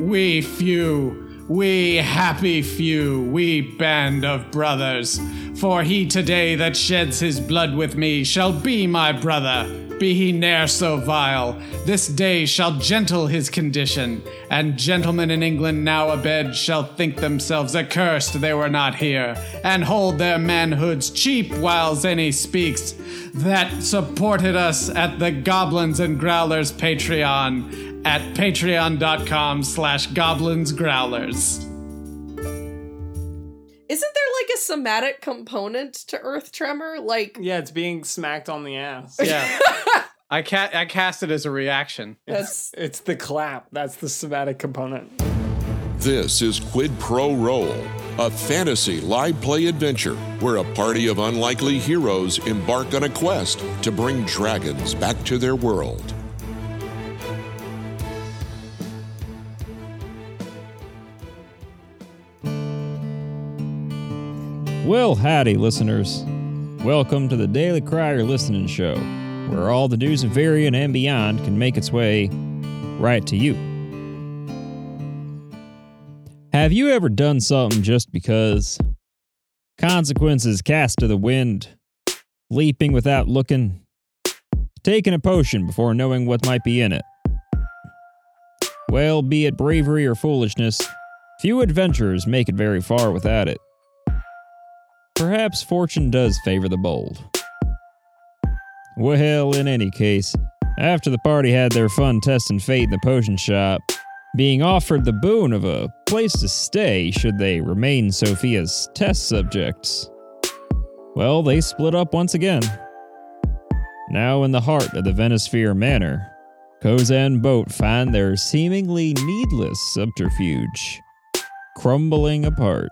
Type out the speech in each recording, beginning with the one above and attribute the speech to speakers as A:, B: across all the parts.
A: We few, we happy few, we band of brothers. For he today that sheds his blood with me shall be my brother. Be he ne'er so vile, this day shall gentle his condition, and gentlemen in England now abed shall think themselves accursed they were not here, and hold their manhoods cheap whiles any speaks that supported us at the Goblins and Growlers Patreon at patreon.com slash goblins growlers.
B: Isn't there like a somatic component to Earth Tremor? Like
C: Yeah, it's being smacked on the ass.
A: Yeah. I, ca- I cast it as a reaction.
B: that's
C: It's the clap. That's the somatic component.
D: This is Quid Pro Roll, a fantasy live play adventure where a party of unlikely heroes embark on a quest to bring dragons back to their world.
E: Well, howdy, listeners. Welcome to the Daily Crier Listening Show, where all the news of Varian and beyond can make its way right to you. Have you ever done something just because? Consequences cast to the wind, leaping without looking, taking a potion before knowing what might be in it. Well, be it bravery or foolishness, few adventurers make it very far without it. Perhaps fortune does favor the bold. Well, in any case, after the party had their fun testing fate in the potion shop, being offered the boon of a place to stay should they remain Sophia's test subjects, well, they split up once again. Now in the heart of the Venisphere Manor, Koza and Boat find their seemingly needless subterfuge crumbling apart.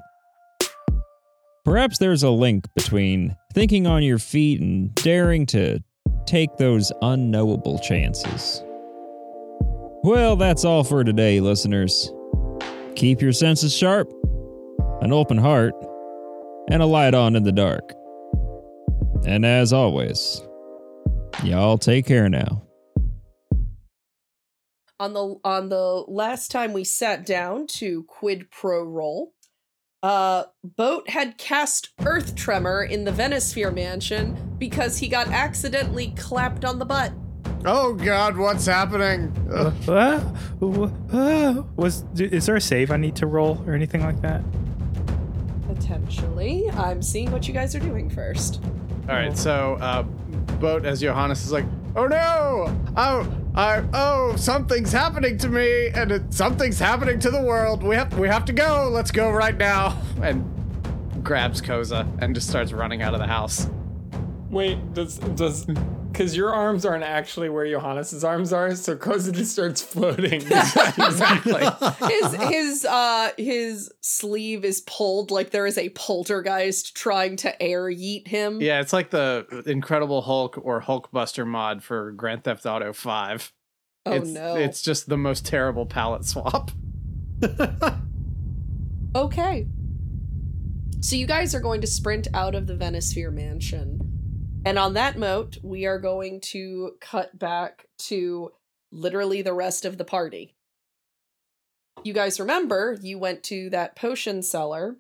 E: Perhaps there's a link between thinking on your feet and daring to take those unknowable chances. Well, that's all for today, listeners. Keep your senses sharp, an open heart, and a light on in the dark. And as always, y'all take care now.
B: on the on the last time we sat down to quid pro roll uh boat had cast earth tremor in the venosphere mansion because he got accidentally clapped on the butt
A: Oh god, what's happening? Ugh.
F: Uh, wh- uh, was d- is there a save I need to roll or anything like that?
B: potentially i'm seeing what you guys are doing first
A: All right, so uh, boat as Johannes is like, oh no, oh, I, oh, something's happening to me, and it, something's happening to the world. We have, we have to go. Let's go right now. And grabs Koza and just starts running out of the house.
C: Wait, does does because your arms aren't actually where Johannes's arms are, so Koza just starts floating.
A: exactly.
B: his his uh his sleeve is pulled like there is a poltergeist trying to air yeet him
A: Yeah, it's like the Incredible Hulk or Hulkbuster mod for Grand Theft Auto Five.
B: oh
A: it's,
B: no
A: It's just the most terrible palette swap.
B: Okay. So you guys are going to sprint out of the Venosphere mansion. And on that note, we are going to cut back to literally the rest of the party. You guys remember you went to that potion seller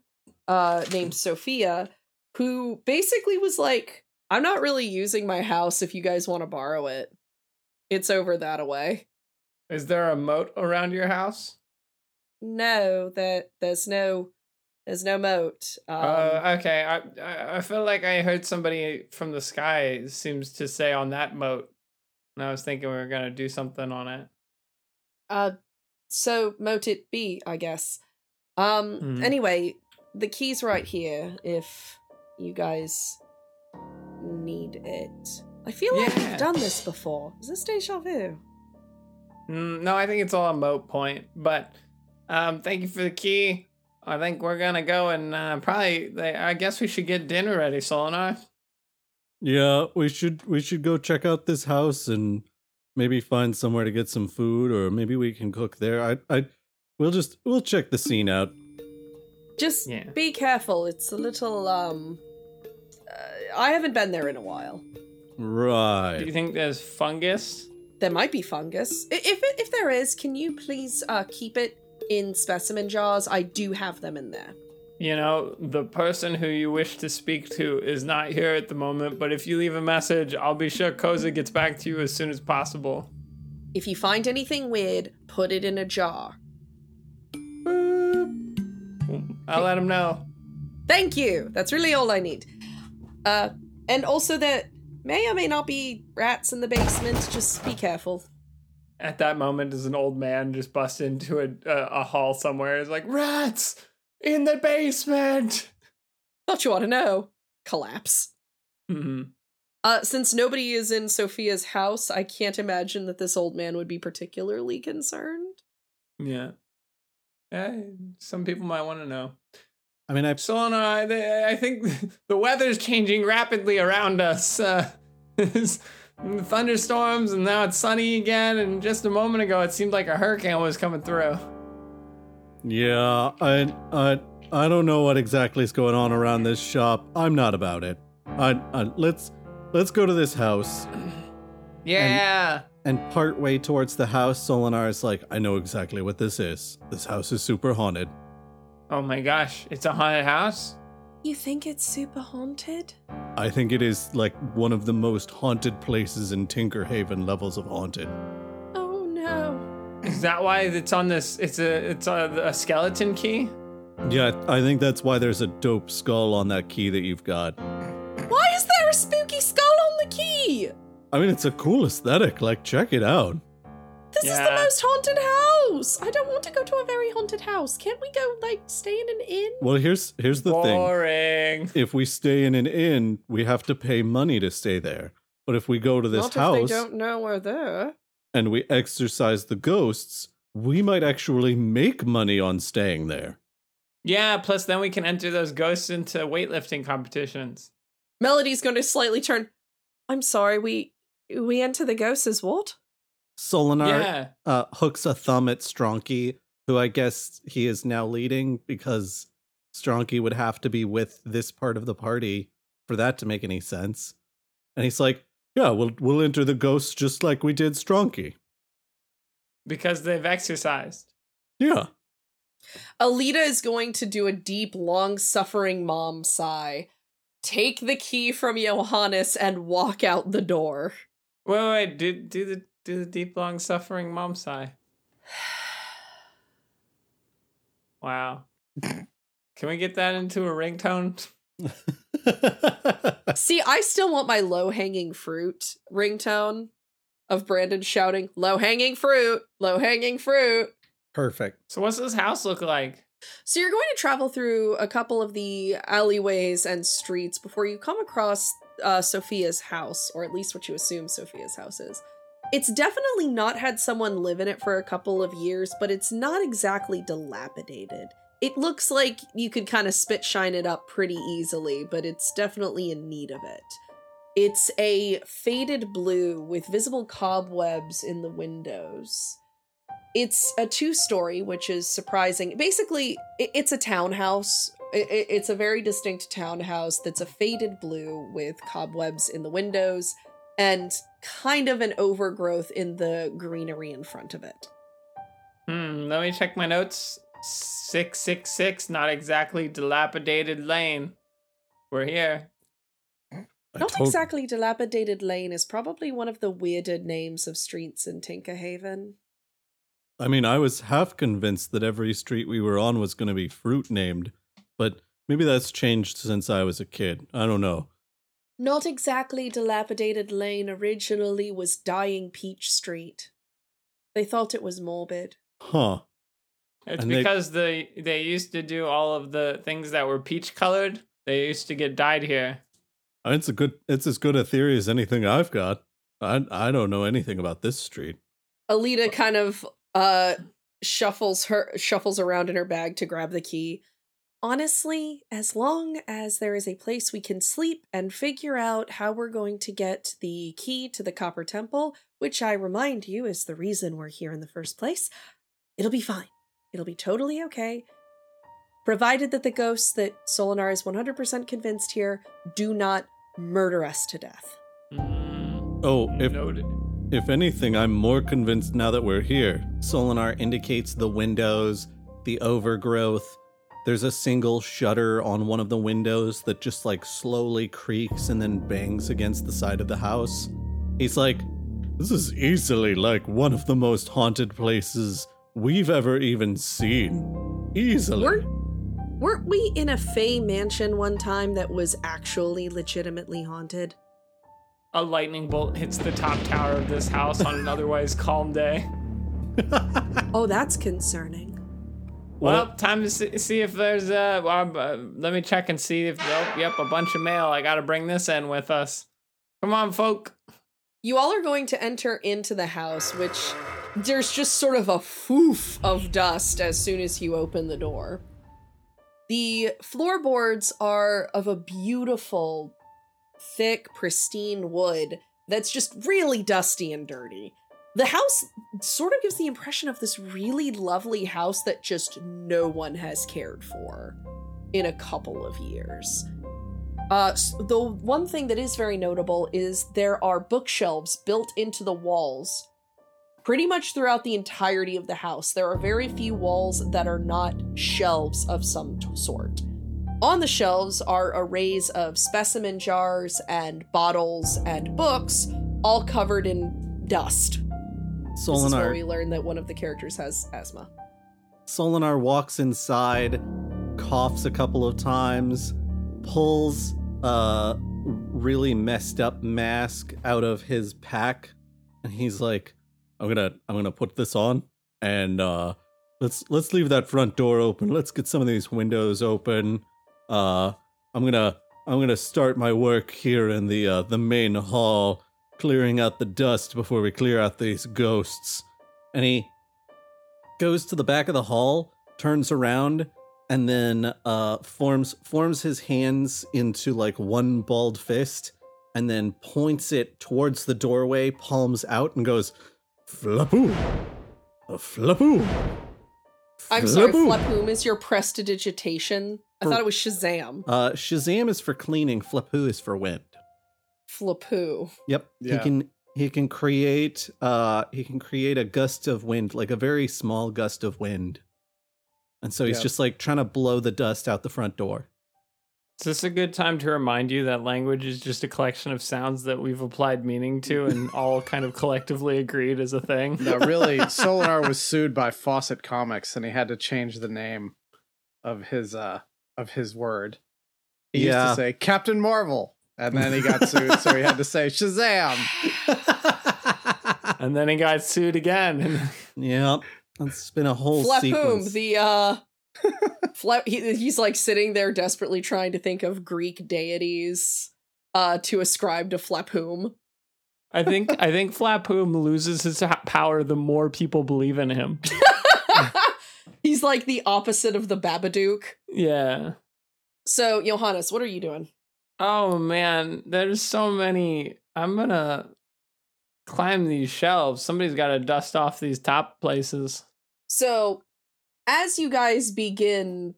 B: uh named Sophia who basically was like, I'm not really using my house if you guys want to borrow it. It's over that away.
C: is there a moat around your house?
B: No, that there's no there's no moat. Um,
C: uh, okay. I- I I feel like I heard somebody from the sky seems to say on that moat, and I was thinking we were gonna do something on it.
B: Uh, so mote it be, I guess. Um,
C: Hmm.
B: anyway, the key's right here if you guys need it. I feel like
C: Yeah.
B: I've done this before. Is this deja vu?
C: Mm, no, I think it's all a moat point. But um, thank you for the key. I think we're gonna go and uh, probably. They, I guess we should get dinner ready, Solinar.
G: Yeah, we should we should go check out this house and maybe find somewhere to get some food or maybe we can cook there. I I we'll just we'll check the scene out.
B: Just
C: Yeah.
B: be careful. It's a little, um. Uh, I haven't been there in a while.
C: Do you
G: Right.
C: think there's fungus?
B: There might be fungus. I- If, if there is, can you please uh, keep it in specimen jars. I do have them in there.
H: You know, the person who you wish to speak to is not here at the moment, but if you leave a message, I'll be sure Koza gets back to you as soon as possible.
B: If you find anything weird, put it in a jar.
H: I'll let him know.
B: Thank you. That's really all I need. Uh, and also that may or may not be rats in the basement. Just be careful.
H: At that moment, as an old man just busts into a, a, a hall somewhere, is like, Rats! In the basement!
B: Thought you ought to know. Collapse.
H: hmm
B: Uh, since nobody is in Sophia's house, I can't imagine that this old man would be particularly concerned.
H: Yeah. Eh, some people might want to know.
G: I mean, I
H: Solana, I, th- I think the weather's changing rapidly around us. Uh, it's thunderstorms, and now it's sunny again. And just a moment ago, it seemed like a hurricane was coming through.
G: yeah, I I I don't know what exactly is going on around this shop. I'm not about it. I, I let's let's go to this house.
H: Yeah.
G: And partway towards the house, Solinar is like, I know exactly what this is. This house is super haunted.
H: oh my gosh, it's a haunted house.
B: You think it's super haunted?
G: I think it is like one of the most haunted places in Tinkerhaven levels of haunted.
B: Oh no.
H: Is that why it's on this? It's a it's a, a skeleton key.
G: Yeah, I think that's why there's a dope skull on that key that you've got.
B: Why is there a spooky skull on the key?
G: I mean, it's a cool aesthetic. Like, check it out.
B: This is the
H: Yeah.
B: most haunted house. I don't want to go to a very haunted house. Can't we go like stay in an inn?
G: Well, here's here's the thing.
H: Boring.
G: If we stay in an inn, we have to pay money to stay there. But if we go to this
B: Not if
G: house
B: they don't know we're there.
G: and we exorcise the ghosts, we might actually make money on staying there.
H: Yeah. Plus, then we can enter those ghosts into weightlifting competitions.
B: Melody's going to slightly turn. I'm sorry. We we enter the ghosts as what?
G: Solinar
H: Yeah.
G: uh, hooks a thumb at Stronky, who I guess he is now leading because Stronky would have to be with this part of the party for that to make any sense. And he's like, "Yeah, we'll we'll enter the ghosts just like we did Stronky."
H: Because they've exercised.
G: Yeah,
B: Alita is going to do a deep, long-suffering mom sigh, take the key from Johannes, and walk out the door.
H: Wait, wait, wait, do do the do the deep long suffering mom sigh. Wow. Can we get that into a ringtone?
B: See, I still want my low-hanging fruit ringtone of Brandon shouting, "Low-hanging fruit, low-hanging fruit."
G: perfect.
H: So what's this house look like?
B: So you're going to travel through a couple of the alleyways and streets before you come across uh, Sophia's house, or at least what you assume Sophia's house is. It's definitely not had someone live in it for a couple of years, but it's not exactly dilapidated. It looks like you could kind of spit shine it up pretty easily, but it's definitely in need of it. It's a faded blue with visible cobwebs in the windows. It's a two story, which is surprising. Basically, i- it's a townhouse. I- i- It's a very distinct townhouse that's a faded blue with cobwebs in the windows and kind of an overgrowth in the greenery in front of it.
H: Hmm, let me check my notes. Six six six, not exactly dilapidated lane. We're here.
G: I
B: Not
G: tot-
B: exactly dilapidated lane is probably one of the weirder names of streets in Tinkerhaven.
G: I mean, I was half convinced that every street we were on was going to be fruit named, but maybe that's changed since I was a kid. I don't know.
B: Not exactly dilapidated lane originally was Dying Peach Street. They thought it was morbid.
G: Huh.
H: It's
G: And they-
H: because they they used to do all of the things that were peach colored. They used to get dyed here.
G: Uh, It's a good. It's as good a theory as anything I've got. I I don't know anything about this street.
B: Alita kind of uh shuffles her shuffles around in her bag to grab the key. Honestly, as long as there is a place we can sleep and figure out how we're going to get the key to the Copper Temple, which I remind you is the reason we're here in the first place, it'll be fine. It'll be totally okay. Provided that the ghosts that Solinar is 100% convinced here do not murder us to death.
H: Mm,
G: Oh, if
H: noted.
G: if anything, I'm more convinced now that we're here. Solinar indicates the windows the overgrowth. There's a single shutter on one of the windows that just like slowly creaks and then bangs against the side of the house. He's like, This is easily like one of the most haunted places we've ever even seen. Easily.
B: Weren't, weren't we in a Fey mansion one time that was actually legitimately haunted?
C: A lightning bolt hits the top tower of this house on an otherwise calm day.
B: Oh, that's concerning.
C: Well, time to see, see if there's uh, well, uh, let me check and see if nope, yep, a bunch of mail. I got to bring this in with us. Come on, folk.
B: You all are going to enter into the house, which there's just sort of a foof of dust as soon as you open the door. The floorboards are of a beautiful, thick, pristine wood that's just really dusty and dirty. The house sort of gives the impression of this really lovely house that just no one has cared for in a couple of years. Uh, s- the one thing that is very notable is there are bookshelves built into the walls pretty much throughout the entirety of the house. There are very few walls that are not shelves of some t- sort. On the shelves are arrays of specimen jars and bottles and books, all covered in dust. This is where we
G: Solinar,
B: learn that one of the characters has asthma.
G: Solinar walks inside, coughs a couple of times, pulls a really messed up mask out of his pack, and he's like, "I'm gonna, I'm gonna put this on, and uh, let's let's leave that front door open. Let's get some of these windows open. Uh, I'm gonna, I'm gonna start my work here in the uh, the main hall, clearing out the dust before we clear out these ghosts." And he goes to the back of the hall, turns around, and then uh, forms forms his hands into like one bald fist, and then points it towards the doorway, palms out, and goes, "Flapoo, a flapoo."
B: I'm sorry,
G: flapoo."
B: Flepoom is your prestidigitation. I thought it was Shazam.
G: Uh, Shazam is for cleaning. Flapoo is for wind.
B: Flapoo.
G: Yep. He
A: Yeah.
G: can he can create uh he can create a gust of wind, like a very small gust of wind. And so he's
A: Yeah.
G: just like trying to blow the dust out the front door.
C: Is this a good time to remind you that language is just a collection of sounds that we've applied meaning to and all kind of collectively agreed as a thing?
A: No, really, Solinar was sued by Fawcett Comics, and he had to change the name of his uh of his word. He used
G: Yeah.
A: to say Captain Marvel, and then he got sued, so he had to say Shazam.
C: And then he got sued again. And
G: Yep. That's been a whole
B: Flepoom,
G: sequence.
B: the uh Fle- he, he's like sitting there desperately trying to think of Greek deities uh to ascribe to Flepoom.
C: I think I think Flapoom loses his ha- power the more people believe in him.
B: he's like the opposite of the Babadook.
C: Yeah.
B: So, Johannes, what are you doing?
C: Oh man, there's so many. I'm gonna climb these shelves. Somebody's got to dust off these top places.
B: So, as you guys begin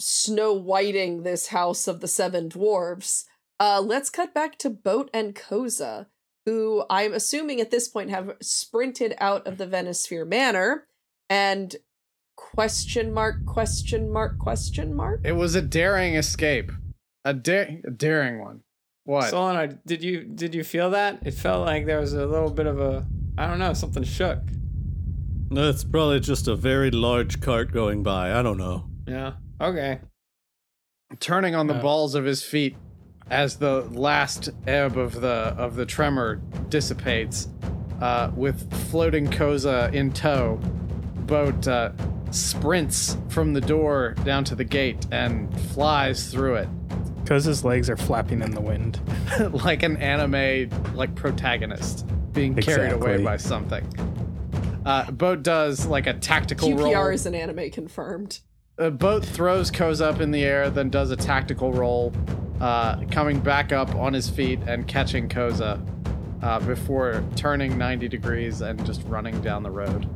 B: snow whiting this house of the seven dwarves, uh, let's cut back to Boat and Koza, who I'm assuming at this point have sprinted out of the Venosphere Manor and question mark, question mark, question mark.
A: It was a daring escape, a, da- a daring one. What?
C: Solana, did you did you feel that? It felt like there was a little bit of a I don't know something shook.
G: That's probably just a very large cart going by. I don't know.
C: Yeah. Okay.
A: turning on the
C: Uh.
A: balls of his feet as the last ebb of the of the tremor dissipates uh, with floating koza in tow boat uh, sprints from the door down to the gate and flies through it
F: Because his legs are flapping in the wind.
A: like an anime like protagonist being carried away
F: Exactly.
A: by something uh, boat does like a tactical
B: QPR
A: roll
B: is an anime confirmed.
A: the boat throws Koz up in the air, then does a tactical roll, uh, coming back up on his feet and catching Koza uh, before turning 90 degrees and just running down the road.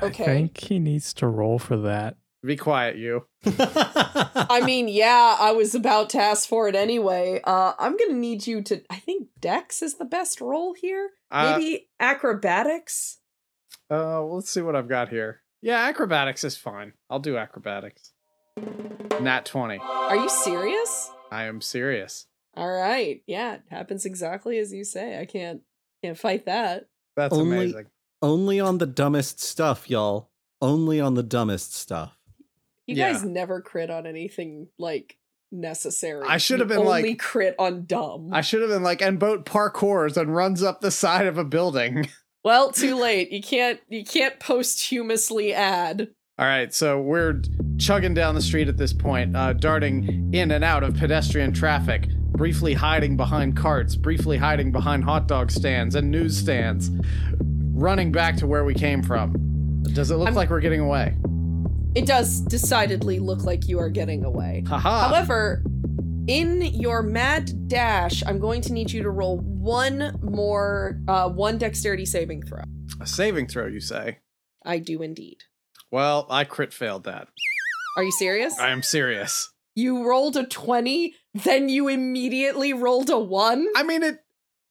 B: Okay.
F: I think he needs to roll for that.
A: Be quiet, you.
B: I mean, yeah, I was about to ask for it anyway. Uh, I'm gonna need you to. I think Dex is the best role here.
A: Uh,
B: Maybe acrobatics.
A: Uh, well, let's see what I've got here. Yeah, acrobatics is fine. I'll do acrobatics. Nat 20.
B: Are you serious?
A: I am serious.
B: All right. Yeah, it happens exactly as you say. I can't can't fight that.
A: That's
G: Only-
A: amazing.
G: Only on the dumbest stuff, y'all. Only on the dumbest stuff.
B: You
A: Yeah.
B: guys never crit on anything like necessary.
A: I should have
B: You
A: been, like-
B: only crit on dumb.
A: I should have been like, and boat parkours and runs up the side of a building.
B: well, too late. You can't you can't posthumously add.
A: All right, so we're chugging down the street at this point, uh, darting in and out of pedestrian traffic, briefly hiding behind carts, briefly hiding behind hot dog stands and newsstands, running back to where we came from. Does it look
B: I'm-
A: like we're getting away?
B: It does decidedly look like you are getting away.
A: Haha!
B: However, in your mad dash, I'm going to need you to roll one more uh one dexterity saving throw.
A: A saving throw, you say?
B: I do indeed.
A: Well, I crit failed that.
B: Are you serious?
A: I am serious.
B: You rolled a 20, then you immediately rolled a 1?
A: I mean it.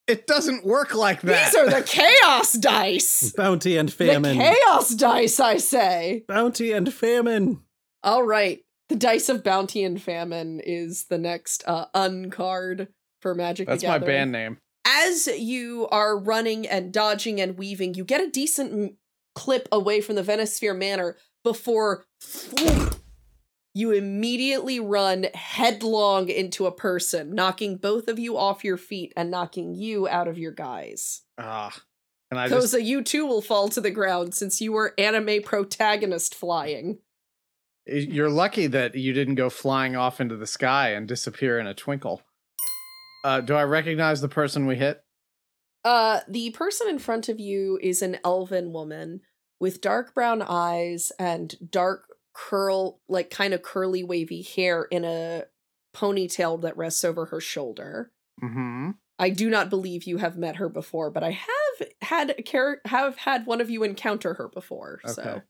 A: It doesn't work like that.
B: These are the chaos dice!
G: Bounty and famine.
B: The chaos dice, I say!
G: Bounty and famine.
B: All right. The dice of bounty and famine is the next uh, uncard for Magic
A: That's
B: the
A: my
B: Gathering.
A: band name.
B: As you are running and dodging and weaving, you get a decent m- clip away from the Venosphere Manor before you immediately run headlong into a person, knocking both of you off your feet and knocking you out of your guise.
A: Ah, and I just
B: Koza, you too will fall to the ground since you were anime protagonist flying.
A: You're lucky that you didn't go flying off into the sky and disappear in a twinkle. Uh, do I recognize the person we hit?
B: Uh, the person in front of you is an elven woman with dark brown eyes and dark curl, like kind of curly wavy hair in a ponytail that rests over her shoulder.
A: Mm-hmm.
B: I do not believe you have met her before, but I have had a char- have had one of you encounter her before. So
A: Okay.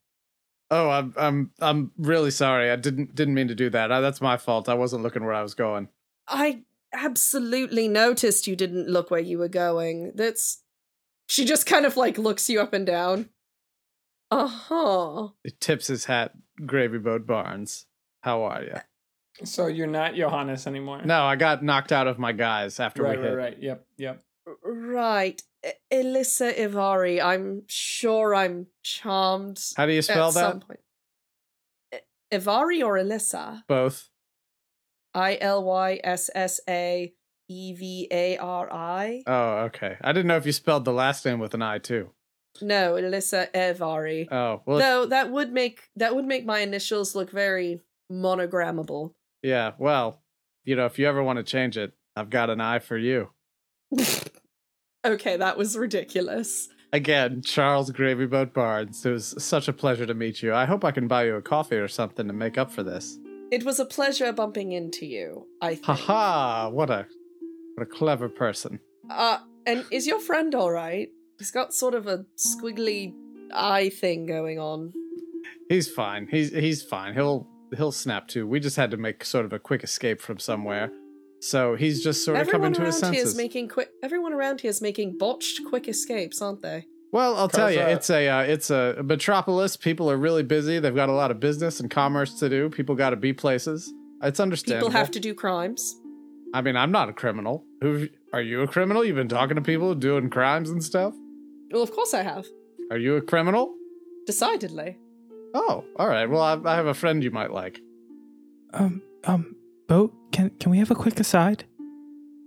A: Oh, I'm I'm I'm really sorry. I didn't didn't mean to do that. Uh that's my fault. I wasn't looking where I was going.
B: I absolutely noticed you didn't look where you were going. That's she just kind of like looks you up and down. Uh huh.
A: It tips his hat. Gravy boat Barnes. How are you?
H: So you're not Johannes anymore.
A: No, I got knocked out of my guys after
H: Right,
A: we
H: right,
A: hit.
H: right. Yep, yep.
B: Right. E- Elissa Ivari. I'm sure I'm charmed
A: How do you spell
B: at
A: that?
B: some point. I- Ivari or Elissa?
A: Both.
B: I L Y S S A E V A R I?
A: Oh, okay. I didn't know if you spelled the last name with an I too.
B: No, Elissa Ivari.
A: Oh, well,
B: Though that would make that would make my initials look very monogrammable.
A: yeah. Well, you know, if you ever want to change it, I've got an eye for you.
B: okay, that was ridiculous.
A: Again, Charles Gravyboat Barnes. It was such a pleasure to meet you. I hope I can buy you a coffee or something to make up for this.
B: It was a pleasure bumping into you, I think.
A: Haha! What a what a clever person.
B: Uh, and is your friend all right? He's got sort of a squiggly eye thing going on.
A: He's fine. He's he's fine. He'll he'll snap too. We just had to make sort of a quick escape from somewhere, so he's just sort of coming
B: everyone
A: to his
B: around here is
A: senses.
B: making quick. Everyone around here is making botched quick escapes, aren't they?
A: well, I'll tell you,
H: Cause, uh,
A: it's a uh, it's a metropolis. People are really busy. They've got a lot of business and commerce to do. People got to be places. It's understandable.
B: People have to do crimes.
A: I mean, I'm not a criminal. Who are you? A criminal? You've been talking to people doing crimes and stuff.
B: Well, of course I have.
A: Are you a criminal?
B: Decidedly.
A: Oh, all right. Well, I, I have a friend you might like.
F: Um, um, boat. Can can we have a quick aside?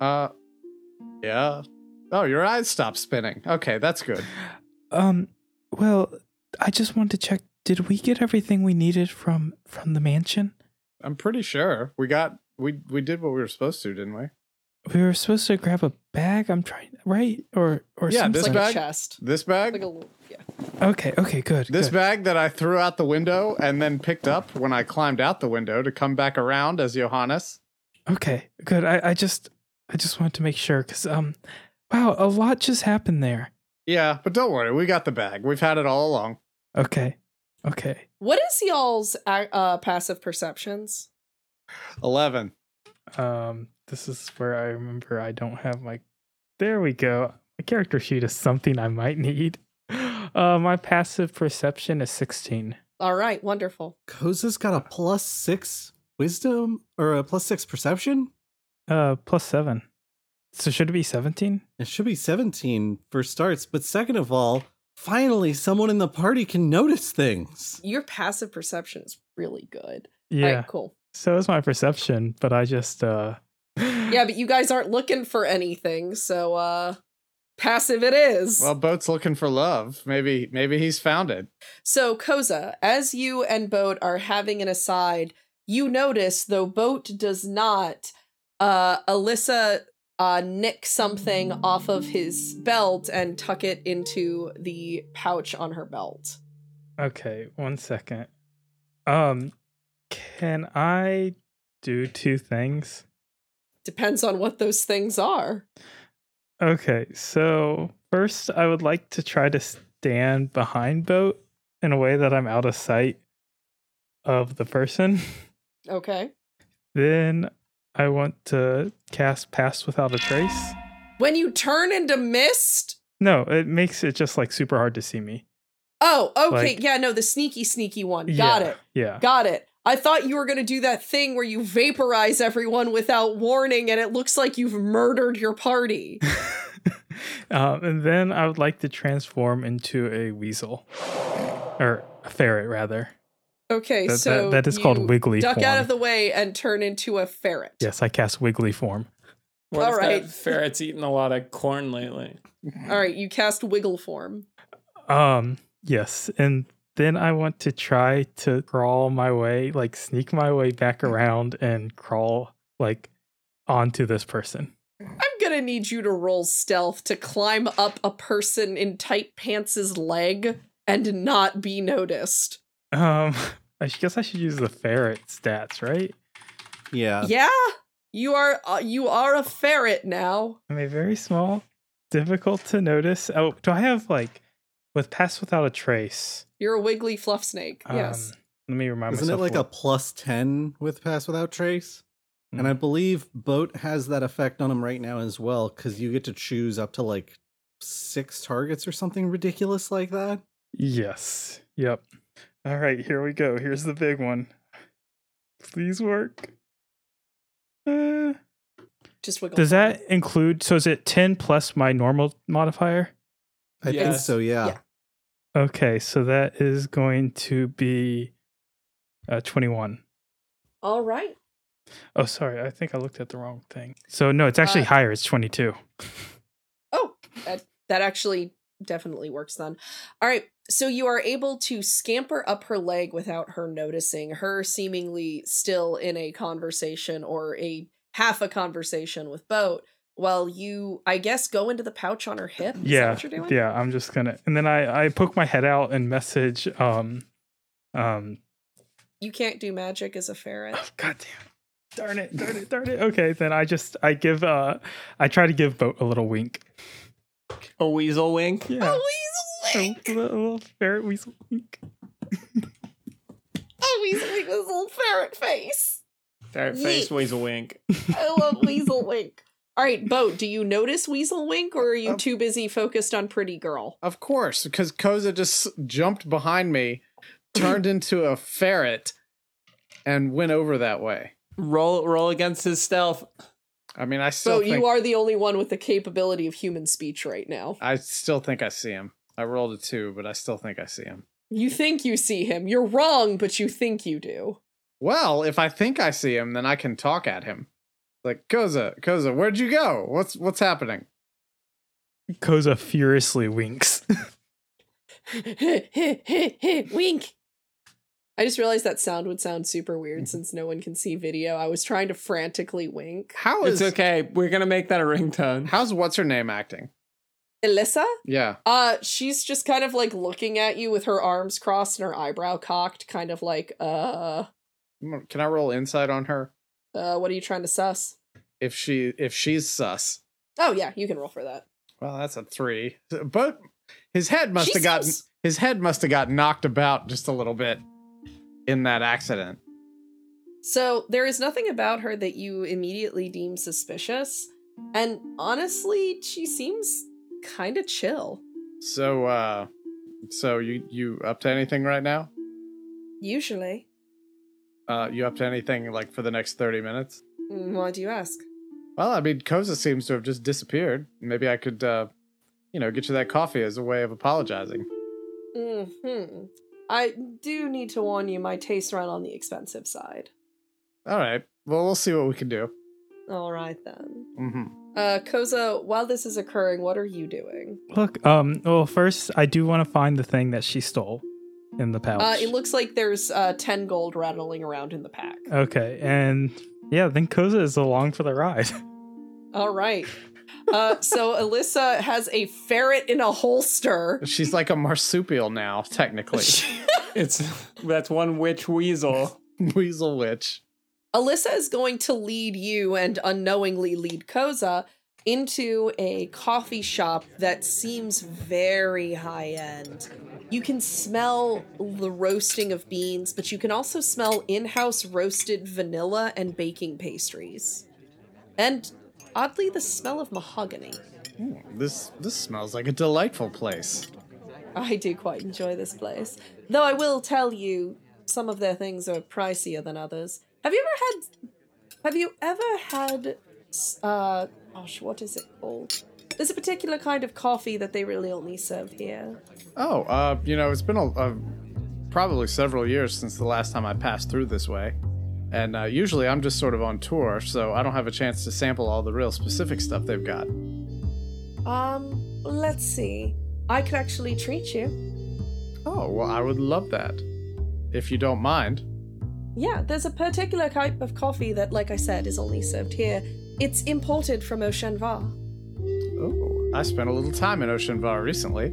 A: Uh, yeah. Oh, your eyes stop spinning. Okay, that's good.
F: Um, well, I just wanted to check. Did we get everything we needed from from the mansion?
A: I'm pretty sure we got we we did what we were supposed to, didn't we?
F: We were supposed to grab a bag. I'm trying, right? Or or
A: Yeah,
F: something.
A: This
B: it's like
A: bag?
B: a chest.
A: This bag,
B: Like a little. Yeah.
F: Okay, okay, good.
A: this
F: good.
A: bag that I threw out the window and then picked up when I climbed out the window to come back around as Johannes.
F: Okay, good. I, I just I just wanted to make sure because um, wow, a lot just happened there.
A: Yeah, but don't worry, we got the bag. We've had it all along.
F: Okay, okay.
B: What is y'all's uh, uh, passive perceptions?
A: Eleven.
F: Um, this is where I remember I don't have my. There we go. My character sheet is something I might need. Uh, my passive perception is sixteen.
B: All right, wonderful.
G: Koza's got a plus six wisdom or a plus six perception.
F: Uh, plus seven. So should it be seventeen?
G: It should be 17 for starts, but second of all, finally someone in the party can notice things.
B: Your passive perception is really good.
F: Yeah.
B: All right, cool.
F: So is my perception, but I just uh.
B: Yeah, but you guys aren't looking for anything, so uh passive it is.
A: Well, Boat's looking for love. Maybe maybe he's found it.
B: So, Koza, as you and Boat are having an aside, you notice, though Boat does not, uh, Alyssa uh, nick something off of his belt and tuck it into the pouch on her belt.
F: Okay, one second. Um, can I do two things?
B: Depends on what those things are.
F: Okay, so first I would like to try to stand behind boat in a way that I'm out of sight of the person.
B: Okay.
F: then I want to cast pass without a trace.
B: When you turn into mist.
F: No, it makes it just like super hard to see me.
B: Oh, okay.
F: Like-
B: yeah, no, the sneaky, sneaky one. Got
F: Yeah,
B: it.
F: Yeah.
B: Got it. I thought you were going to do that thing where you vaporize everyone without warning and it looks like you've murdered your party.
F: um, and then I would like to transform into a weasel or a ferret, rather.
B: Okay,
F: That- that-
B: so
F: that is called
B: you
F: wiggly
B: Duck out
F: form.
B: of the way and turn into a ferret.
F: Yes, I cast wiggly form.
H: What
B: All
H: if
B: right.
H: that ferret's eaten a lot of corn lately?
B: All right, you cast wiggle form.
F: Um, yes, and then I want to try to crawl my way, like sneak my way back around and crawl like onto this person.
B: I'm gonna need you to roll stealth to climb up a person in tight pants's leg and not be noticed.
F: Um, I sh- guess I should use the ferret stats, right? Uh,
G: Yeah.
B: yeah, you are uh, you are a ferret now.
F: I'm a very small, difficult to notice. Oh, do I have like with pass without a trace?
B: You're a wiggly fluff snake. yes.
F: Um, let me remind
G: Isn't it
F: myself.
G: like a
F: what-
G: plus 10 with Pass Without Trace? And
F: Hmm.
G: I believe Boat has that effect on him right now as well, because you get to choose up to like six targets or something ridiculous like that.
F: Yes. Yep. All right, here we go. Here's the big one. Please work. Uh,
B: Just wiggle.
F: does
B: form.
F: that include? So is it ten plus my normal modifier?
G: I think
H: Yes.
G: so, yeah.
B: Yeah.
F: Okay, so that is going to be uh, twenty-one.
B: All right.
F: Oh, sorry, I think I looked at the wrong thing. So no, it's actually
B: Uh,
F: higher. It's twenty-two.
B: Oh, that that actually definitely works then. All right, so you are able to scamper up her leg without her noticing, her seemingly still in a conversation or a half a conversation with Boat, while you, I guess, go into the pouch on her hip. Is that
F: yeah
B: what you're doing?
F: yeah i'm just gonna and then i i poke my head out and message um um
B: You can't do magic as a ferret.
F: oh, god damn darn it darn it darn it okay then i just i give uh i try to give boat a little wink
C: A weasel wink.
F: yeah
B: Oh,
F: a
B: he's
F: little, little ferret weasel wink
B: Oh, Weasel Wink with his little ferret face.
H: Ferret face,
B: Yeet.
H: weasel wink.
B: I love Weasel Wink. All right, Boat, do you notice Weasel Wink or are you
A: Um,
B: too busy focused on Pretty Girl?
A: Of course, because Koza just jumped behind me, turned into a ferret, and went over that way.
C: Roll roll against his stealth.
A: I mean, I still
B: So
A: think,
B: you are the only one with the capability of human speech right now.
A: I still think I see him. I rolled a two, but I still think I see him.
B: You think you see him. You're wrong, but you think you do.
A: Well, if I think I see him, then I can talk at him. Like Koza, Koza, where'd you go? What's what's happening?
F: koza furiously winks
B: Wink. I just realized that sound would sound super weird since no one can see video. I was trying to frantically wink.
A: How
H: It's
A: is
H: okay. We're gonna make that a ringtone.
A: how's what's her name acting?
B: Alyssa?
A: Yeah,
B: Uh, she's just kind of like looking at you with her arms crossed and her eyebrow cocked, kind of like, uh,
A: Mm, can I roll insight on her
B: uh, what are you trying to suss?
A: if she if she's sus?
B: Oh yeah, you can roll for that.
A: Well, that's a three. But his head must
B: She
A: have gotten
B: seems-
A: his head must have got knocked about just a little bit in that accident.
B: So there is nothing about her that you immediately deem suspicious, and honestly, she seems kind of chill.
A: So uh so you you up to anything right now?
B: Usually.
A: Uh, you up to anything like for the next thirty minutes?
B: Mm, Why do you ask?
A: Well, I mean, Koza seems to have just disappeared. Maybe I could, uh, you know, get you that coffee as a way of apologizing.
B: hmm I do need to warn you, my tastes run on the expensive side.
A: All right. Well, we'll see what we can do.
B: All right then.
A: hmm
B: Uh, Koza, while this is occurring, what are you doing?
F: Look, um, well, first I do want to find the thing that she stole in the pouch.
B: Uh, it looks like there's uh, 10 gold rattling around in the pack.
F: okay, and yeah, then Koza is along for the ride.
B: All right. Uh, so Alyssa has a ferret in a holster.
A: She's like a marsupial now, technically.
H: It's that's one witch weasel.
A: Weasel witch.
B: Alyssa is going to lead you and unknowingly lead Koza into a coffee shop that seems very high end. You can smell the roasting of beans, but you can also smell in house roasted vanilla and baking pastries. And oddly, the smell of mahogany.
A: This this smells like a delightful place.
B: I do quite enjoy this place. Though I will tell you, some of their things are pricier than others. Have you ever had. Have you ever had. s- Uh, gosh, what is it called? There's a particular kind of coffee that they really only serve here.
A: Oh, uh, you know, it's been a, a probably several years since the last time I passed through this way, and uh, usually I'm just sort of on tour, so I don't have a chance to sample all the real specific stuff they've got.
B: Um, let's see. I could actually treat you.
A: Oh, well, I would love that, if you don't mind.
B: Yeah, there's a particular type of coffee that, like I said, is only served here. It's imported from Oshanvar.
A: Oh, I spent a little time in Ocean Bar recently.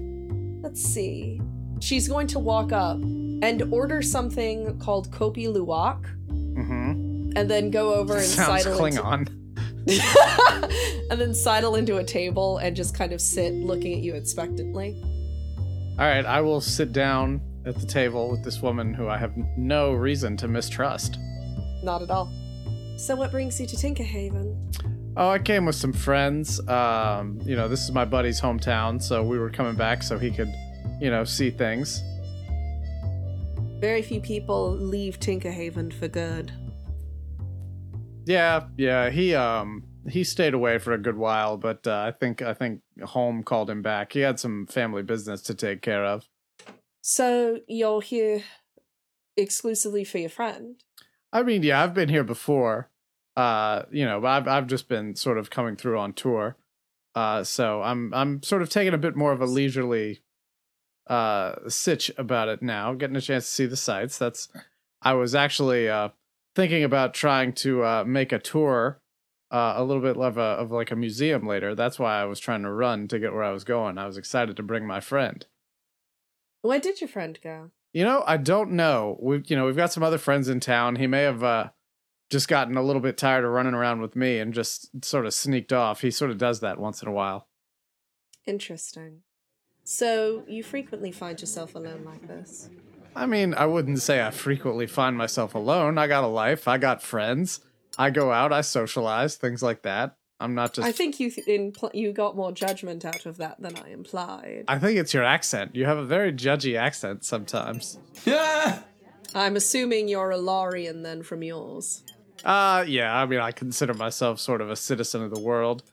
B: Let's see. She's going to walk up and order something called Kopi Luwak,
A: Mm-hmm.
B: and then go over and
A: Sounds
B: sidle into-
A: Klingon.
B: and then sidle into a table and just kind of sit looking at you expectantly.
A: All right, I will sit down at the table with this woman who I have no reason to mistrust.
B: Not at all. So what brings you to Tinkerhaven?
A: Oh, I came with some friends. Um, you know, this is my buddy's hometown, so we were coming back so he could, you know, see things.
B: Very few people leave Tinkerhaven for good.
A: Yeah, yeah, he um he stayed away for a good while, but uh, I think I think home called him back. He had some family business to take care of.
B: So you're here exclusively for your friend.
A: I mean, yeah, I've been here before. Uh, you know, but I've I've just been sort of coming through on tour. Uh, so I'm I'm sort of taking a bit more of a leisurely uh sitch about it now, getting a chance to see the sights. That's I was actually uh thinking about trying to uh make a tour uh a little bit of a of like a museum later. That's why I was trying to run to get where I was going. I was excited to bring my friend.
B: Where did your friend go?
A: You know, I don't know. We, you know, we've got some other friends in town. He may have uh, just gotten a little bit tired of running around with me and just sort of sneaked off. He sort of does that once in a while.
B: Interesting. So you frequently find yourself alone like this.
A: I mean, I wouldn't say I frequently find myself alone. I got a life. I got friends. I go out. I socialize. Things like that. I'm not just.
B: I think you th- impl- you got more judgment out of that than I implied.
A: I think it's your accent. You have a very judgy accent sometimes.
H: Ah!
B: I'm assuming you're a Larian then from yours.
A: Uh, yeah. I mean, I consider myself sort of a citizen of the world.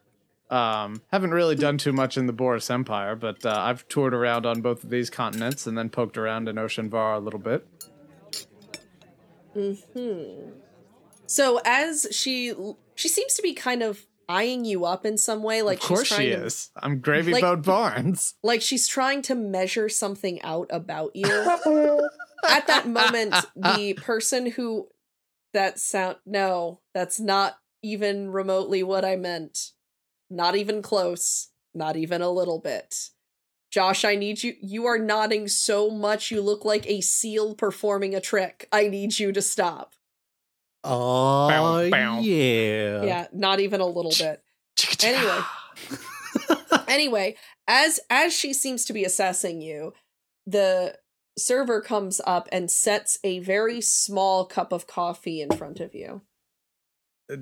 A: Um, haven't really done too much in the Boris Empire, but uh, I've toured around on both of these continents and then poked around in Ocean Var a little bit.
B: Hmm. So as she she seems to be kind of eyeing you up in some way, like
A: of course
B: she's trying
A: she
B: to,
A: is. I'm Gravy
B: Like-
A: Boat Barnes.
B: like she's trying to measure something out about you. At that moment, the person who that sound no, that's not even remotely what I meant. Not even close. Not even a little bit. Josh, I need you. You are nodding so much you look like a seal performing a trick. I need you to stop.
G: Oh
A: Bow, bow.
G: yeah.
B: yeah not even a little bit anyway anyway as as she seems to be assessing you the server comes up and sets a very small cup of coffee in front of you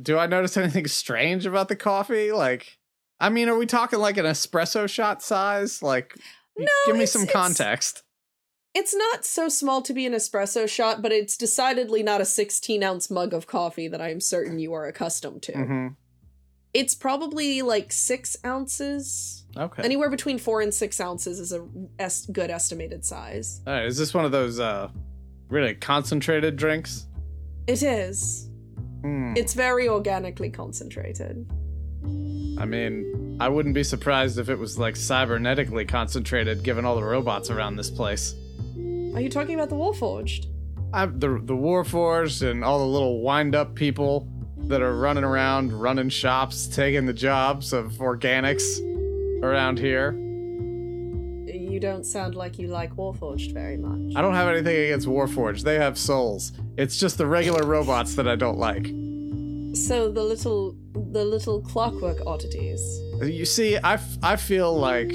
A: Do I notice anything strange about the coffee? Like, I mean, are we talking like an espresso shot size? Like,
B: No,
A: give me
B: it's-
A: some
B: it's-
A: context.
B: It's not so small to be an espresso shot, but it's decidedly not a 16 ounce mug of coffee that I am certain you are accustomed to.
A: Mm-hmm.
C: Mhm.
B: It's probably like six ounces.
A: Okay.
B: Anywhere between four and six ounces is a est- good estimated size.
A: All right, is this one of those uh, really concentrated drinks?
B: It is. It's very organically concentrated.
A: I mean, I wouldn't be surprised if it was like cybernetically concentrated, given all the robots around this place.
B: Are you talking about the Warforged?
A: I, the the Warforged and all the little wind up people that are running around, running shops, taking the jobs of organics around here.
B: You don't sound like you like Warforged very much.
A: I don't have anything against Warforged; they have souls. It's just the regular robots that I don't like.
B: So the little the little clockwork oddities.
A: You see, I, f- I feel like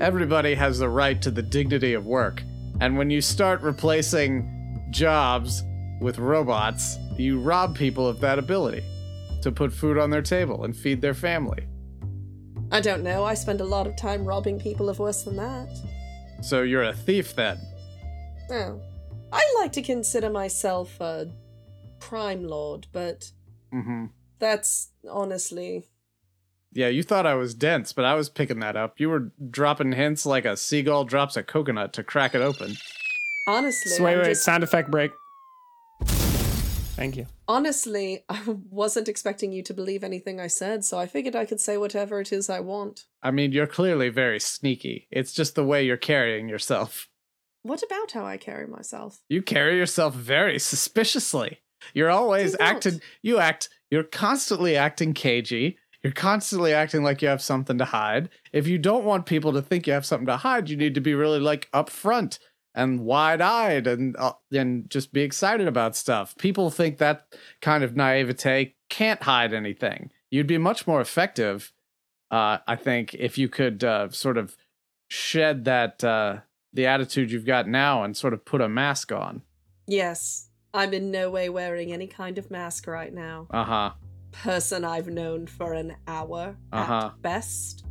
A: everybody has the right to the dignity of work. And when you start replacing jobs with robots, you rob people of that ability to put food on their table and feed their family.
B: I don't know. I spend a lot of time robbing people of worse than that.
A: So you're a thief then.
B: Oh. I like to consider myself a crime lord, but
A: Mm-hmm.
B: that's honestly
A: Yeah, you thought I was dense, but I was picking that up. You were dropping hints like a seagull drops a coconut to crack it open.
B: honestly
C: So wait,
B: I'm
C: wait,
B: just-
C: sound effect break. Thank you.
B: honestly I wasn't expecting you to believe anything I said, so I figured I could say whatever it is I want.
A: I mean, you're clearly very sneaky. It's just the way you're carrying yourself.
B: What about how I carry myself?
A: You carry yourself very suspiciously. You're always
B: I don't.
A: acting. You act. You're constantly acting cagey. You're constantly acting like you have something to hide. If you don't want people to think you have something to hide, you need to be really like upfront and wide-eyed and uh, and just be excited about stuff. People think that kind of naivete can't hide anything. You'd be much more effective, uh, I think, if you could uh, sort of shed that uh, the attitude you've got now and sort of put a mask on.
B: Yes, I'm in no way wearing any kind of mask right now.
A: Uh huh.
B: Person I've known for an hour
A: Uh-huh.
B: at best.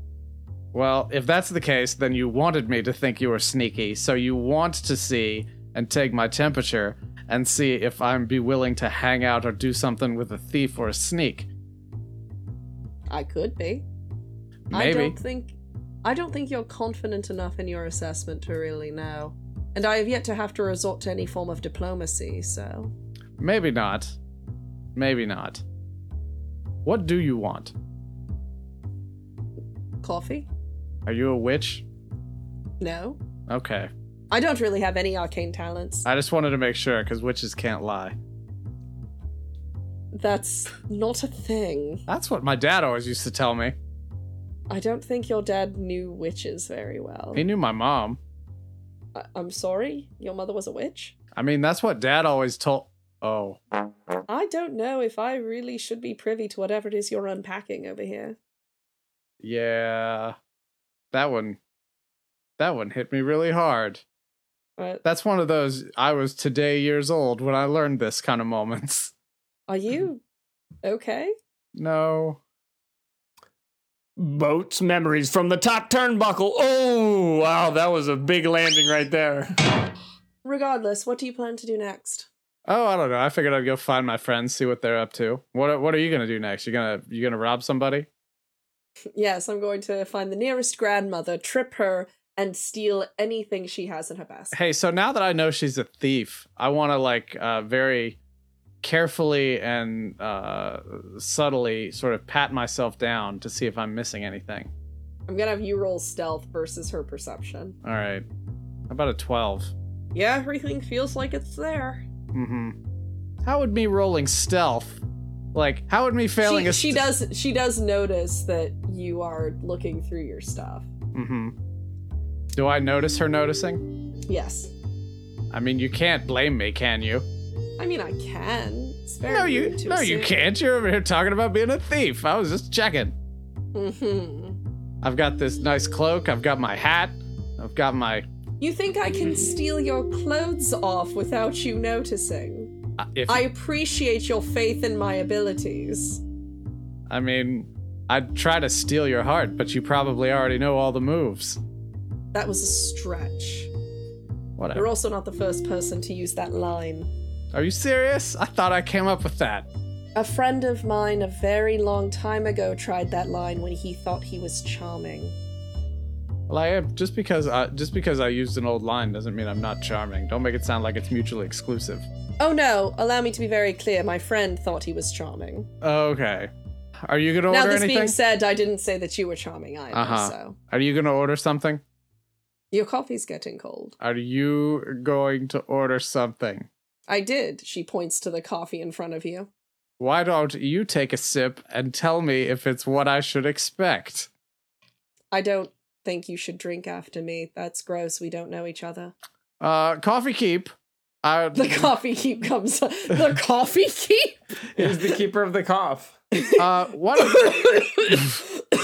A: Well, if that's the case, then you wanted me to think you were sneaky, so you want to see and take my temperature and see if I'm be willing to hang out or do something with a thief or a sneak.
B: I could be. I
A: Maybe.
B: don't think I don't think you're confident enough in your assessment to really know. And I have yet to have to resort to any form of diplomacy, so
A: Maybe not. Maybe not. What do you want?
B: coffee?
A: Are you a witch?
B: No.
A: Okay.
B: I don't really have any arcane talents.
A: I just wanted to make sure because witches can't lie.
B: That's not a thing.
A: That's what my dad always used to tell me.
B: I don't think your dad knew witches very well.
A: He knew my mom.
B: I- I'm sorry? Your mother was a witch?
A: I mean, that's what dad always told. Oh.
B: I don't know if I really should be privy to whatever it is you're unpacking over here.
A: Yeah. That one that one hit me really hard.
B: But
A: That's one of those I was today years old when I learned this kind of moments.
B: are you okay?
A: No.
C: Boat's memories from the top turnbuckle. Oh, wow, that was a big landing right there.
B: Regardless, what do you plan to do next?
A: Oh, I don't know. I figured I'd go find my friends, see what they're up to. What what are you gonna do next? You gonna you gonna rob somebody?
B: Yes, I'm going to find the nearest grandmother, trip her, and steal anything she has in her basket.
A: Hey, so now that I know she's a thief, I wanna like uh very carefully and uh subtly sort of pat myself down to see if I'm missing anything.
B: I'm gonna have you roll stealth versus her perception.
A: Alright. How about a twelve?
B: Yeah, everything feels like it's there.
A: Mm-hmm. How would me rolling stealth, like how would me failing
B: she,
A: a
B: she does. She does notice that you are looking through your stuff.
A: Mm-hmm. Do I notice her noticing?
B: Yes,
A: I mean, you can't blame me, can you?
B: I mean I can. It's very
A: No, you no, you can't. You're over here talking about being a thief. I was just checking.
B: hmm
A: I've got this nice cloak. I've got my hat. I've got my.
B: You think I can steal your clothes off without you noticing?
A: uh, If
B: I
A: I,
B: appreciate your faith in my abilities.
A: mean, I'd try to steal your heart, but you probably already know all the moves.
B: That was a stretch. You're
A: Whatever.
B: also not the first person to use that line.
A: Are you serious? I thought I came up with that.
B: A friend of mine a very long time ago tried that line when he thought he was charming.
A: Well, I am eh, just because I, just because I used an old line doesn't mean I'm not charming. Don't make it sound like it's mutually exclusive.
B: Oh no, allow me to be very clear. My friend thought he was charming.
A: Okay. Are you gonna
B: now,
A: order
B: this
A: anything?
B: being said, I didn't say that you were charming either,
A: Uh-huh.
B: so.
A: Are you gonna order something?
B: Your coffee's getting cold.
A: Are you going to order something?
B: I did. She points to the coffee in front of you.
A: Why don't you take a sip and tell me if it's what I should expect?
B: I don't think you should drink after me. That's gross. We don't know each other.
A: Uh, coffee keep. Uh,
B: The coffee keep comes. The coffee keep?
H: He's the keeper of the cough.
A: uh, what?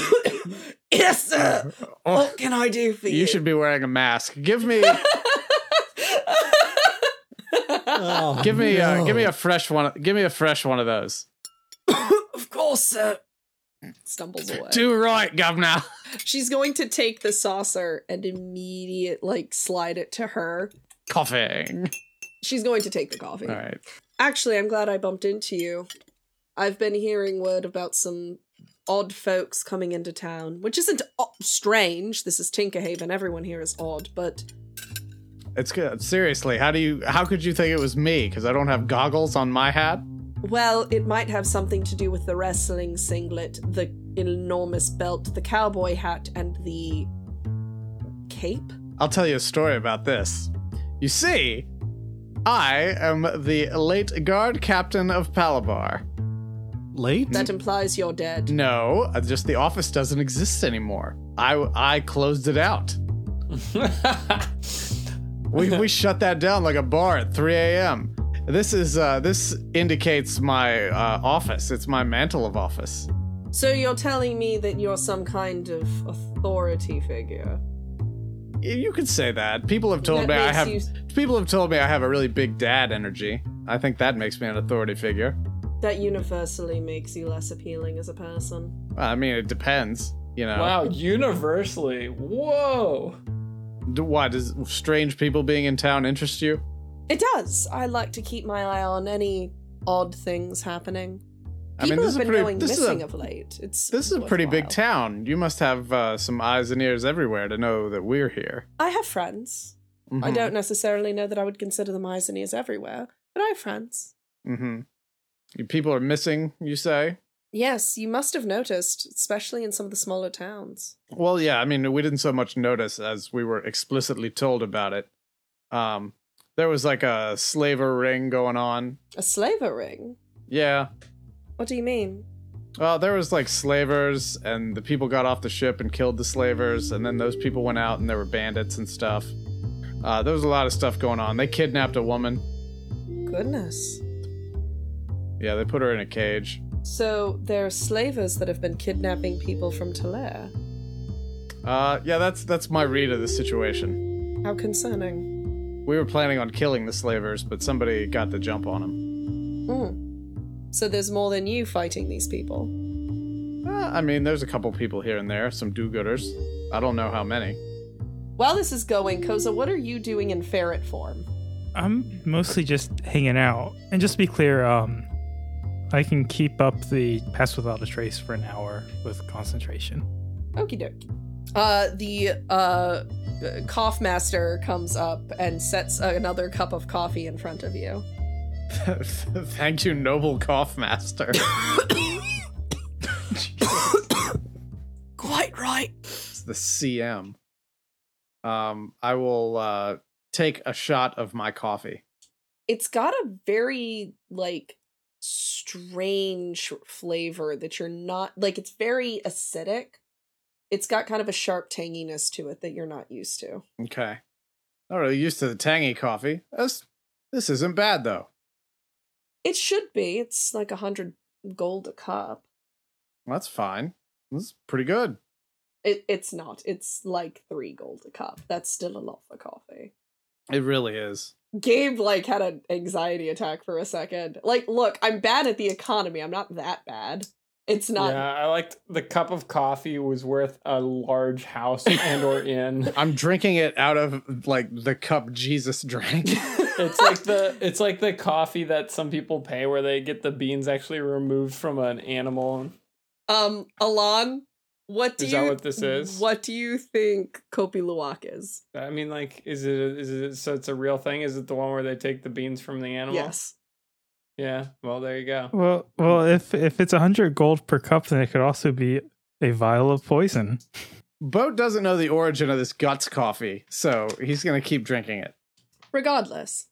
B: yes, sir.
A: Oh,
B: What can I do for you?
A: you should be wearing a mask. Give me,
G: Oh,
A: give me, uh,
G: no.
A: give me a fresh one. Give me a fresh one of those.
B: of course, sir. Stumbles away.
A: Do right, governor.
B: She's going to take the saucer and immediate like slide it to her.
A: Coughing.
B: She's going to take the coffee.
A: All right.
B: Actually, I'm glad I bumped into you. I've been hearing word about some odd folks coming into town, which isn't o- strange. This is Tinkerhaven. Everyone here is odd, but
A: It's good. Seriously, how do you? How could you think it was me? Because I don't have goggles on my hat.
B: well, it might have something to do with the wrestling singlet, the enormous belt, the cowboy hat, and the cape.
A: I'll tell you a story about this. You see, I am the late guard captain of Palabar.
G: late.
A: Mm.
B: That implies you're dead.
A: No, uh, just the office doesn't exist anymore. I I closed it out. We we shut that down like a bar at 3 a.m. This is uh, this indicates my uh, office. It's my mantle of office.
B: So you're telling me that you're some kind of authority figure.
A: Y- You could say that. People have told
B: That
A: me I
B: makes
A: have.
B: you-
A: People have told me I have a really big dad energy. I think that makes me an authority figure.
B: That universally makes you less appealing as a person.
A: I mean, it depends. You know.
H: wow, universally. Whoa.
A: D- Why does strange people being in town interest you?
B: It does. I like to keep my eye on any odd things happening.
A: I mean,
B: People
A: this is
B: have been
A: pretty-
B: going
A: this is a-
B: missing of late. It's
A: This is a pretty big
B: worthwhile.
A: town. You must have uh, some eyes and ears everywhere to know that we're here.
B: I have friends. I
A: Mhm.
B: don't necessarily know that I would consider them eyes and ears everywhere, but I have friends.
A: Mm-hmm. People are missing, you say?
B: Yes, you must have noticed, especially in some of the smaller towns.
A: Well, yeah. I mean, we didn't so much notice as we were explicitly told about it. Um, there was like a slaver ring going on.
B: A slaver ring?
A: Yeah.
B: What do you mean?
A: Well, there was like slavers, and the people got off the ship and killed the slavers, and then those people went out and there were bandits and stuff. Uh, there was a lot of stuff going on. They kidnapped a woman.
B: Goodness.
A: Yeah, they put her in a cage.
B: So there are slavers that have been kidnapping people from Talair.
A: Uh, yeah, that's that's my read of the situation.
B: How concerning.
A: We were planning on killing the slavers, but somebody got the jump on them.
B: Hmm. So there's more than you fighting these people.
A: Uh, I mean, there's a couple people here and there, some do-gooders. I don't know how many.
B: While this is going, Koza, what are you doing in ferret form?
F: I'm mostly just hanging out. And just to be clear, um, I can keep up the pass without a trace for an hour with concentration.
B: Okie dokie. Uh, the uh, cough master comes up and sets another cup of coffee in front of you.
A: Thank you, noble cough master.
B: Quite right.
A: It's the CM. Um, I will uh, take a shot of my coffee.
B: It's got a very, like, strange flavor that you're not, like, it's very acidic. It's got kind of a sharp tanginess to it that you're not used to.
A: Okay. Not really used to the tangy coffee. This this isn't bad though.
B: It should be. It's like a hundred gold a cup.
A: That's fine. This is pretty good.
B: It, it's not. It's like three gold a cup. That's still a lot for coffee.
A: It really is.
B: Gabe like had an anxiety attack for a second. Like, look, I'm bad at the economy. I'm not that bad. It's not.
H: yeah, I liked the cup of coffee was worth a large house and or inn.
A: I'm drinking it out of like the cup Jesus drank.
H: It's like the it's like the coffee that some people pay where they get the beans actually removed from an animal.
B: Um, Alon, what do
H: Is
B: you
H: that what this is?
B: What do you think Kopi Luwak is?
H: I mean, like, is it is it so it's a real thing? Is it the one where they take the beans from the animal?
B: Yes.
H: Yeah. Well, there you go.
F: Well, well, if if it's hundred gold per cup, then it could also be a vial of poison.
A: Boat doesn't know the origin of this guts coffee, so he's gonna keep drinking it.
B: Regardless.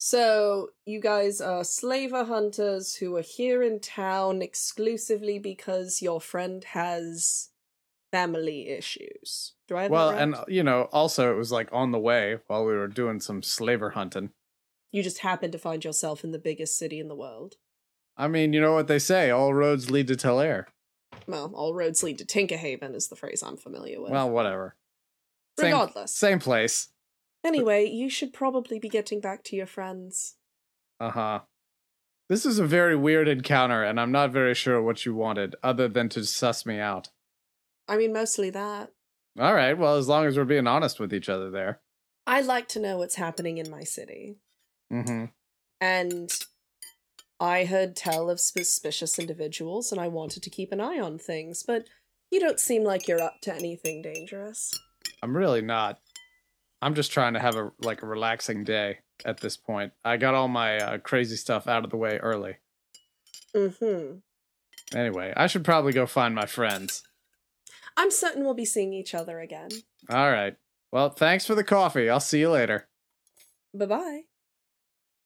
B: So you guys are slaver hunters who are here in town exclusively because your friend has family issues. Do I have that
A: Well,
B: right?
A: and you know, also it was like on the way while we were doing some slaver hunting.
B: you just happen to find yourself in the biggest city in the world.
A: I mean, you know what they say: all roads lead to Tel Air.
B: Well, all roads lead to Tinkerhaven is the phrase I'm familiar with.
A: Well, whatever. Same-
B: regardless.
A: same place.
B: Anyway, you should probably be getting back to your friends.
A: Uh huh. This is a very weird encounter, and I'm not very sure what you wanted, other than to suss me out.
B: I mean, mostly that.
A: All right. Well, as long as we're being honest with each other, there.
B: I like to know what's happening in my city.
A: Mm-hmm.
B: And I heard tell of suspicious individuals and I wanted to keep an eye on things, but you don't seem like you're up to anything dangerous.
A: I'm really not. I'm just trying to have a like a relaxing day at this point. I got all my uh, crazy stuff out of the way early.
B: Mm-hmm.
A: Anyway, I should probably go find my friends.
B: I'm certain we'll be seeing each other again.
A: All right. Well, thanks for the coffee. I'll see you later.
B: Bye bye.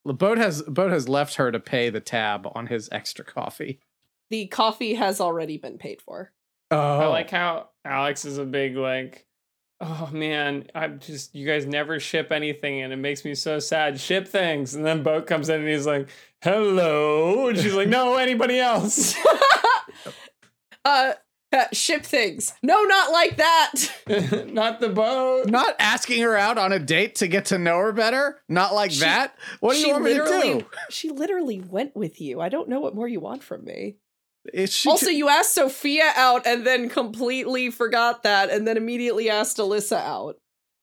A: The boat has boat has left her to pay the tab on his extra coffee.
B: The coffee has already been paid for.
A: Oh,
H: I like how Alex is a big like. Oh man, I'm just you guys never ship anything, and it makes me so sad. Ship things, and then Boat comes in and he's like, "Hello," and she's like, "No, anybody else."
B: uh, uh, ship things. No, not like that.
H: Not the boat.
A: not asking her out on a date to get to know her better. Not like
B: She-
A: that. What do you want me to do?
B: She literally went with you. I don't know what more you want from me.
A: Is she
B: also, you asked Sophia out and then completely forgot that, and then immediately asked Alyssa out.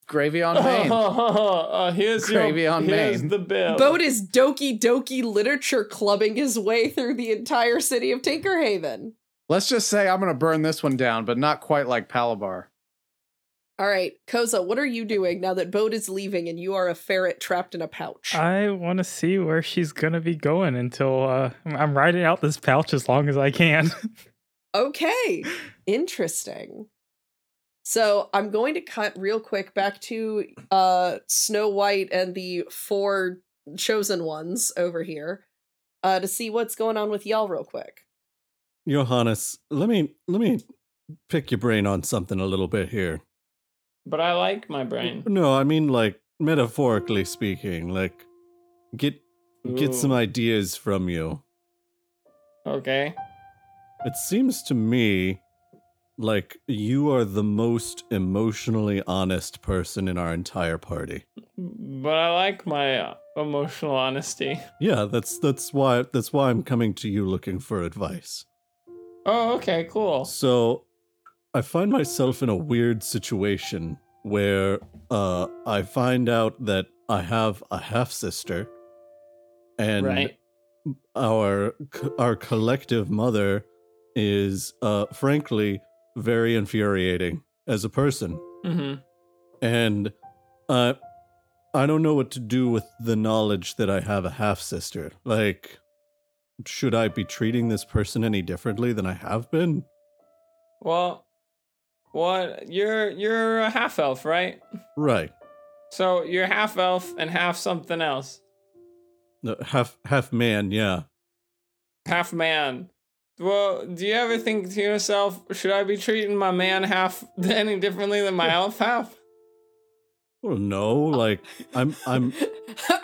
A: gravy on
B: Uh-huh.
A: vein?
H: Uh, here's
A: Gravy
H: your,
A: on
H: here's
A: Maine.
H: the bill.
B: Boat is Doki Doki literature clubbing his way through the entire city of Tinkerhaven.
A: Let's just say I'm gonna burn this one down, but not quite like Palabar.
B: All right, Koza, what are you doing now that Boat is leaving and you are a ferret trapped in a pouch?
F: I want to see where she's gonna be going until uh, I'm riding out this pouch as long as I can.
B: Okay. Interesting. So I'm going to cut real quick back to uh Snow White and the four chosen ones over here uh to see what's going on with y'all real quick.
G: Johannes, let me let me pick your brain on something a little bit here.
H: but I like my brain.
G: No, I mean like metaphorically speaking, like get get some
H: Ooh.
G: ideas from you.
H: Okay.
G: It seems to me like you are the most emotionally honest person in our entire party.
H: But I like my uh, emotional honesty.
G: Yeah, that's that's why that's why I'm coming to you looking for advice.
H: Oh, okay, cool.
G: So I find myself in a weird situation where uh I find out that I have a half sister and
H: right.
G: our our collective mother is uh frankly very infuriating as a person
H: hmm
G: and uh I don't know what to do with the knowledge that I have a half sister. Like should I be treating this person any differently than I have been?
H: Well, what you're you're a half elf, right?
G: Right.
H: So you're half elf and half something else,
G: No, Uh, half half man, yeah.
H: half man. Well, do you ever think to yourself, should I be treating my man half any differently than my elf half?
G: Well, Oh, no, like I'm I'm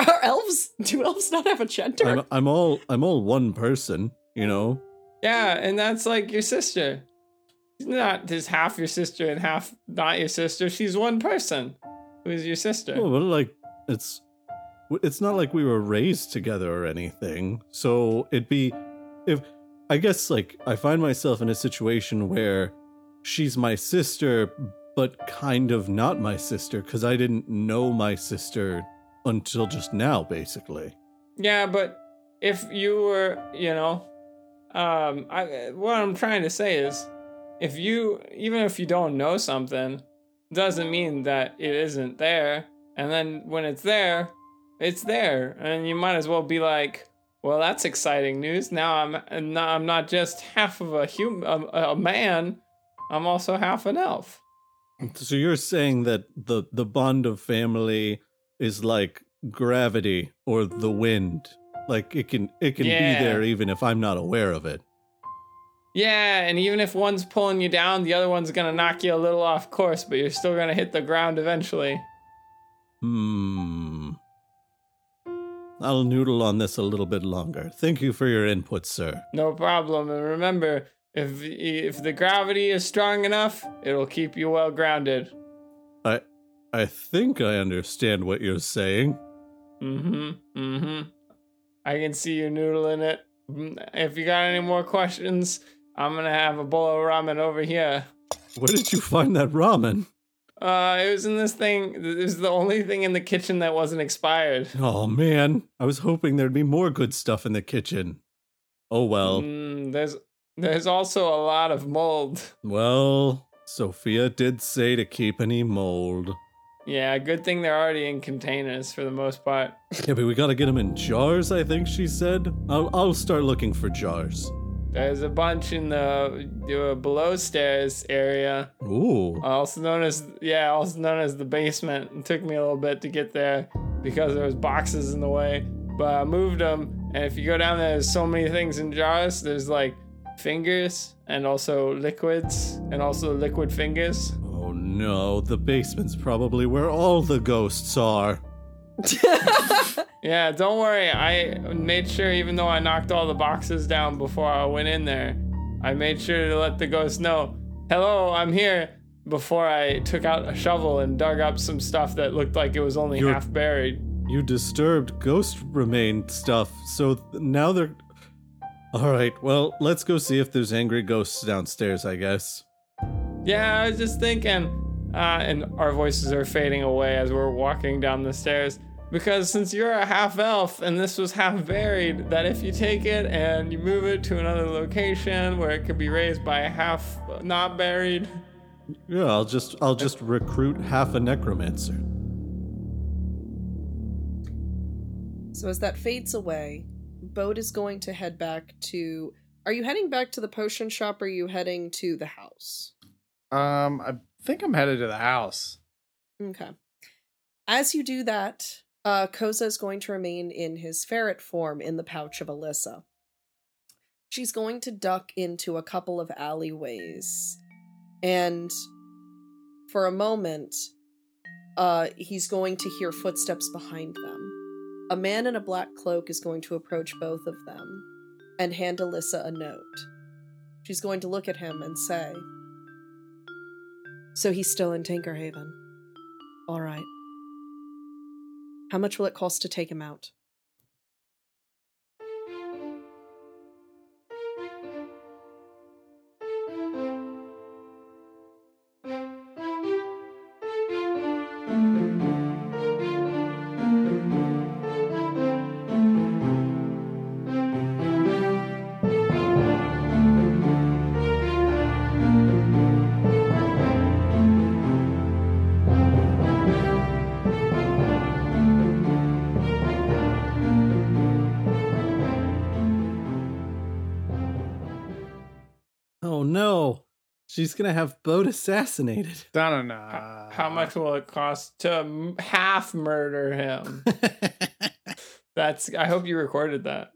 B: are elves do elves not have a gender?
G: I'm I'm all I'm all one person, you know.
H: Yeah, and that's like your sister. She's not just half your sister and half not your sister. She's one person who's your sister.
G: Well, Oh, but like it's it's not like we were raised together or anything. So it'd be if I guess like I find myself in a situation where she's my sister, but kind of not my sister because I didn't know my sister until just now, basically.
H: Yeah, but if you were, you know, um, I what I'm trying to say is, if you even if you don't know something, doesn't mean that it isn't there. And then when it's there, it's there, and you might as well be like, well, that's exciting news. Now I'm and now I'm not just half of a human, a, a man. I'm also half an elf.
G: So you're saying that the the bond of family is like gravity or the wind. Like it can it can
H: Yeah.
G: be there even if I'm not aware of it.
H: Yeah, and even if one's pulling you down, the other one's gonna knock you a little off course, but you're still gonna hit the ground eventually.
G: Hmm. I'll noodle on this a little bit longer. Thank you for your input, sir.
H: No problem. And remember, if if the gravity is strong enough, it'll keep you well grounded.
G: I I think I understand what you're saying.
H: Mm-hmm. Mm-hmm. I can see you noodling it. Mm, If you got any more questions, I'm gonna have a bowl of ramen over here.
G: Where did you find that ramen?
H: Uh, it was in this thing. It was the only thing in the kitchen that wasn't expired.
G: Oh man, I was hoping there'd be more good stuff in the kitchen. Oh well.
H: Mm, there's there's also a lot of mold.
G: Well, Sophia did say to keep any mold.
H: Yeah, good thing they're already in containers for the most part.
G: Yeah, but we gotta get them in jars, I think she said. I'll, I'll start looking for jars.
H: There's a bunch in the uh, below stairs area,
G: Ooh.
H: also known as yeah, also known as the basement. It took me a little bit to get there because there was boxes in the way, but I moved them. And if you go down there, there's so many things in jars. There's like fingers and also liquids and also liquid fingers.
G: Oh no, the basement's probably where all the ghosts are.
H: Yeah, don't worry. I made sure, even though I knocked all the boxes down before I went in there, I made sure to let the ghost know, hello, I'm here, before I took out a shovel and dug up some stuff that looked like it was only
G: You're-
H: half buried.
G: You disturbed ghost remain stuff, so th- now they're. Alright, well, let's go see if there's angry ghosts downstairs, I guess.
H: Yeah, I was just thinking. Uh, and our voices are fading away as we're walking down the stairs. Because since you're a half elf and this was half buried, that if you take it and you move it to another location where it could be raised by a half not buried,
G: Yeah, I'll just I'll just recruit half a necromancer.
B: So as that fades away, Boat is going to head back to. Are you heading back to the potion shop or are you heading to the house?
C: Um, I think I'm headed to the house.
B: Okay. As you do that, uh, Koza is going to remain in his ferret form in the pouch of Alyssa. She's going to duck into a couple of alleyways. And for a moment, uh, he's going to hear footsteps behind them. A man in a black cloak is going to approach both of them and hand Alyssa a note. She's going to look at him and say, So he's still in Tinkerhaven. All right. How much will it cost to take him out?
G: Oh no, she's gonna have Boat assassinated.
C: I don't know.
H: H- How much will it cost to m- half murder him? That's. I hope you recorded that.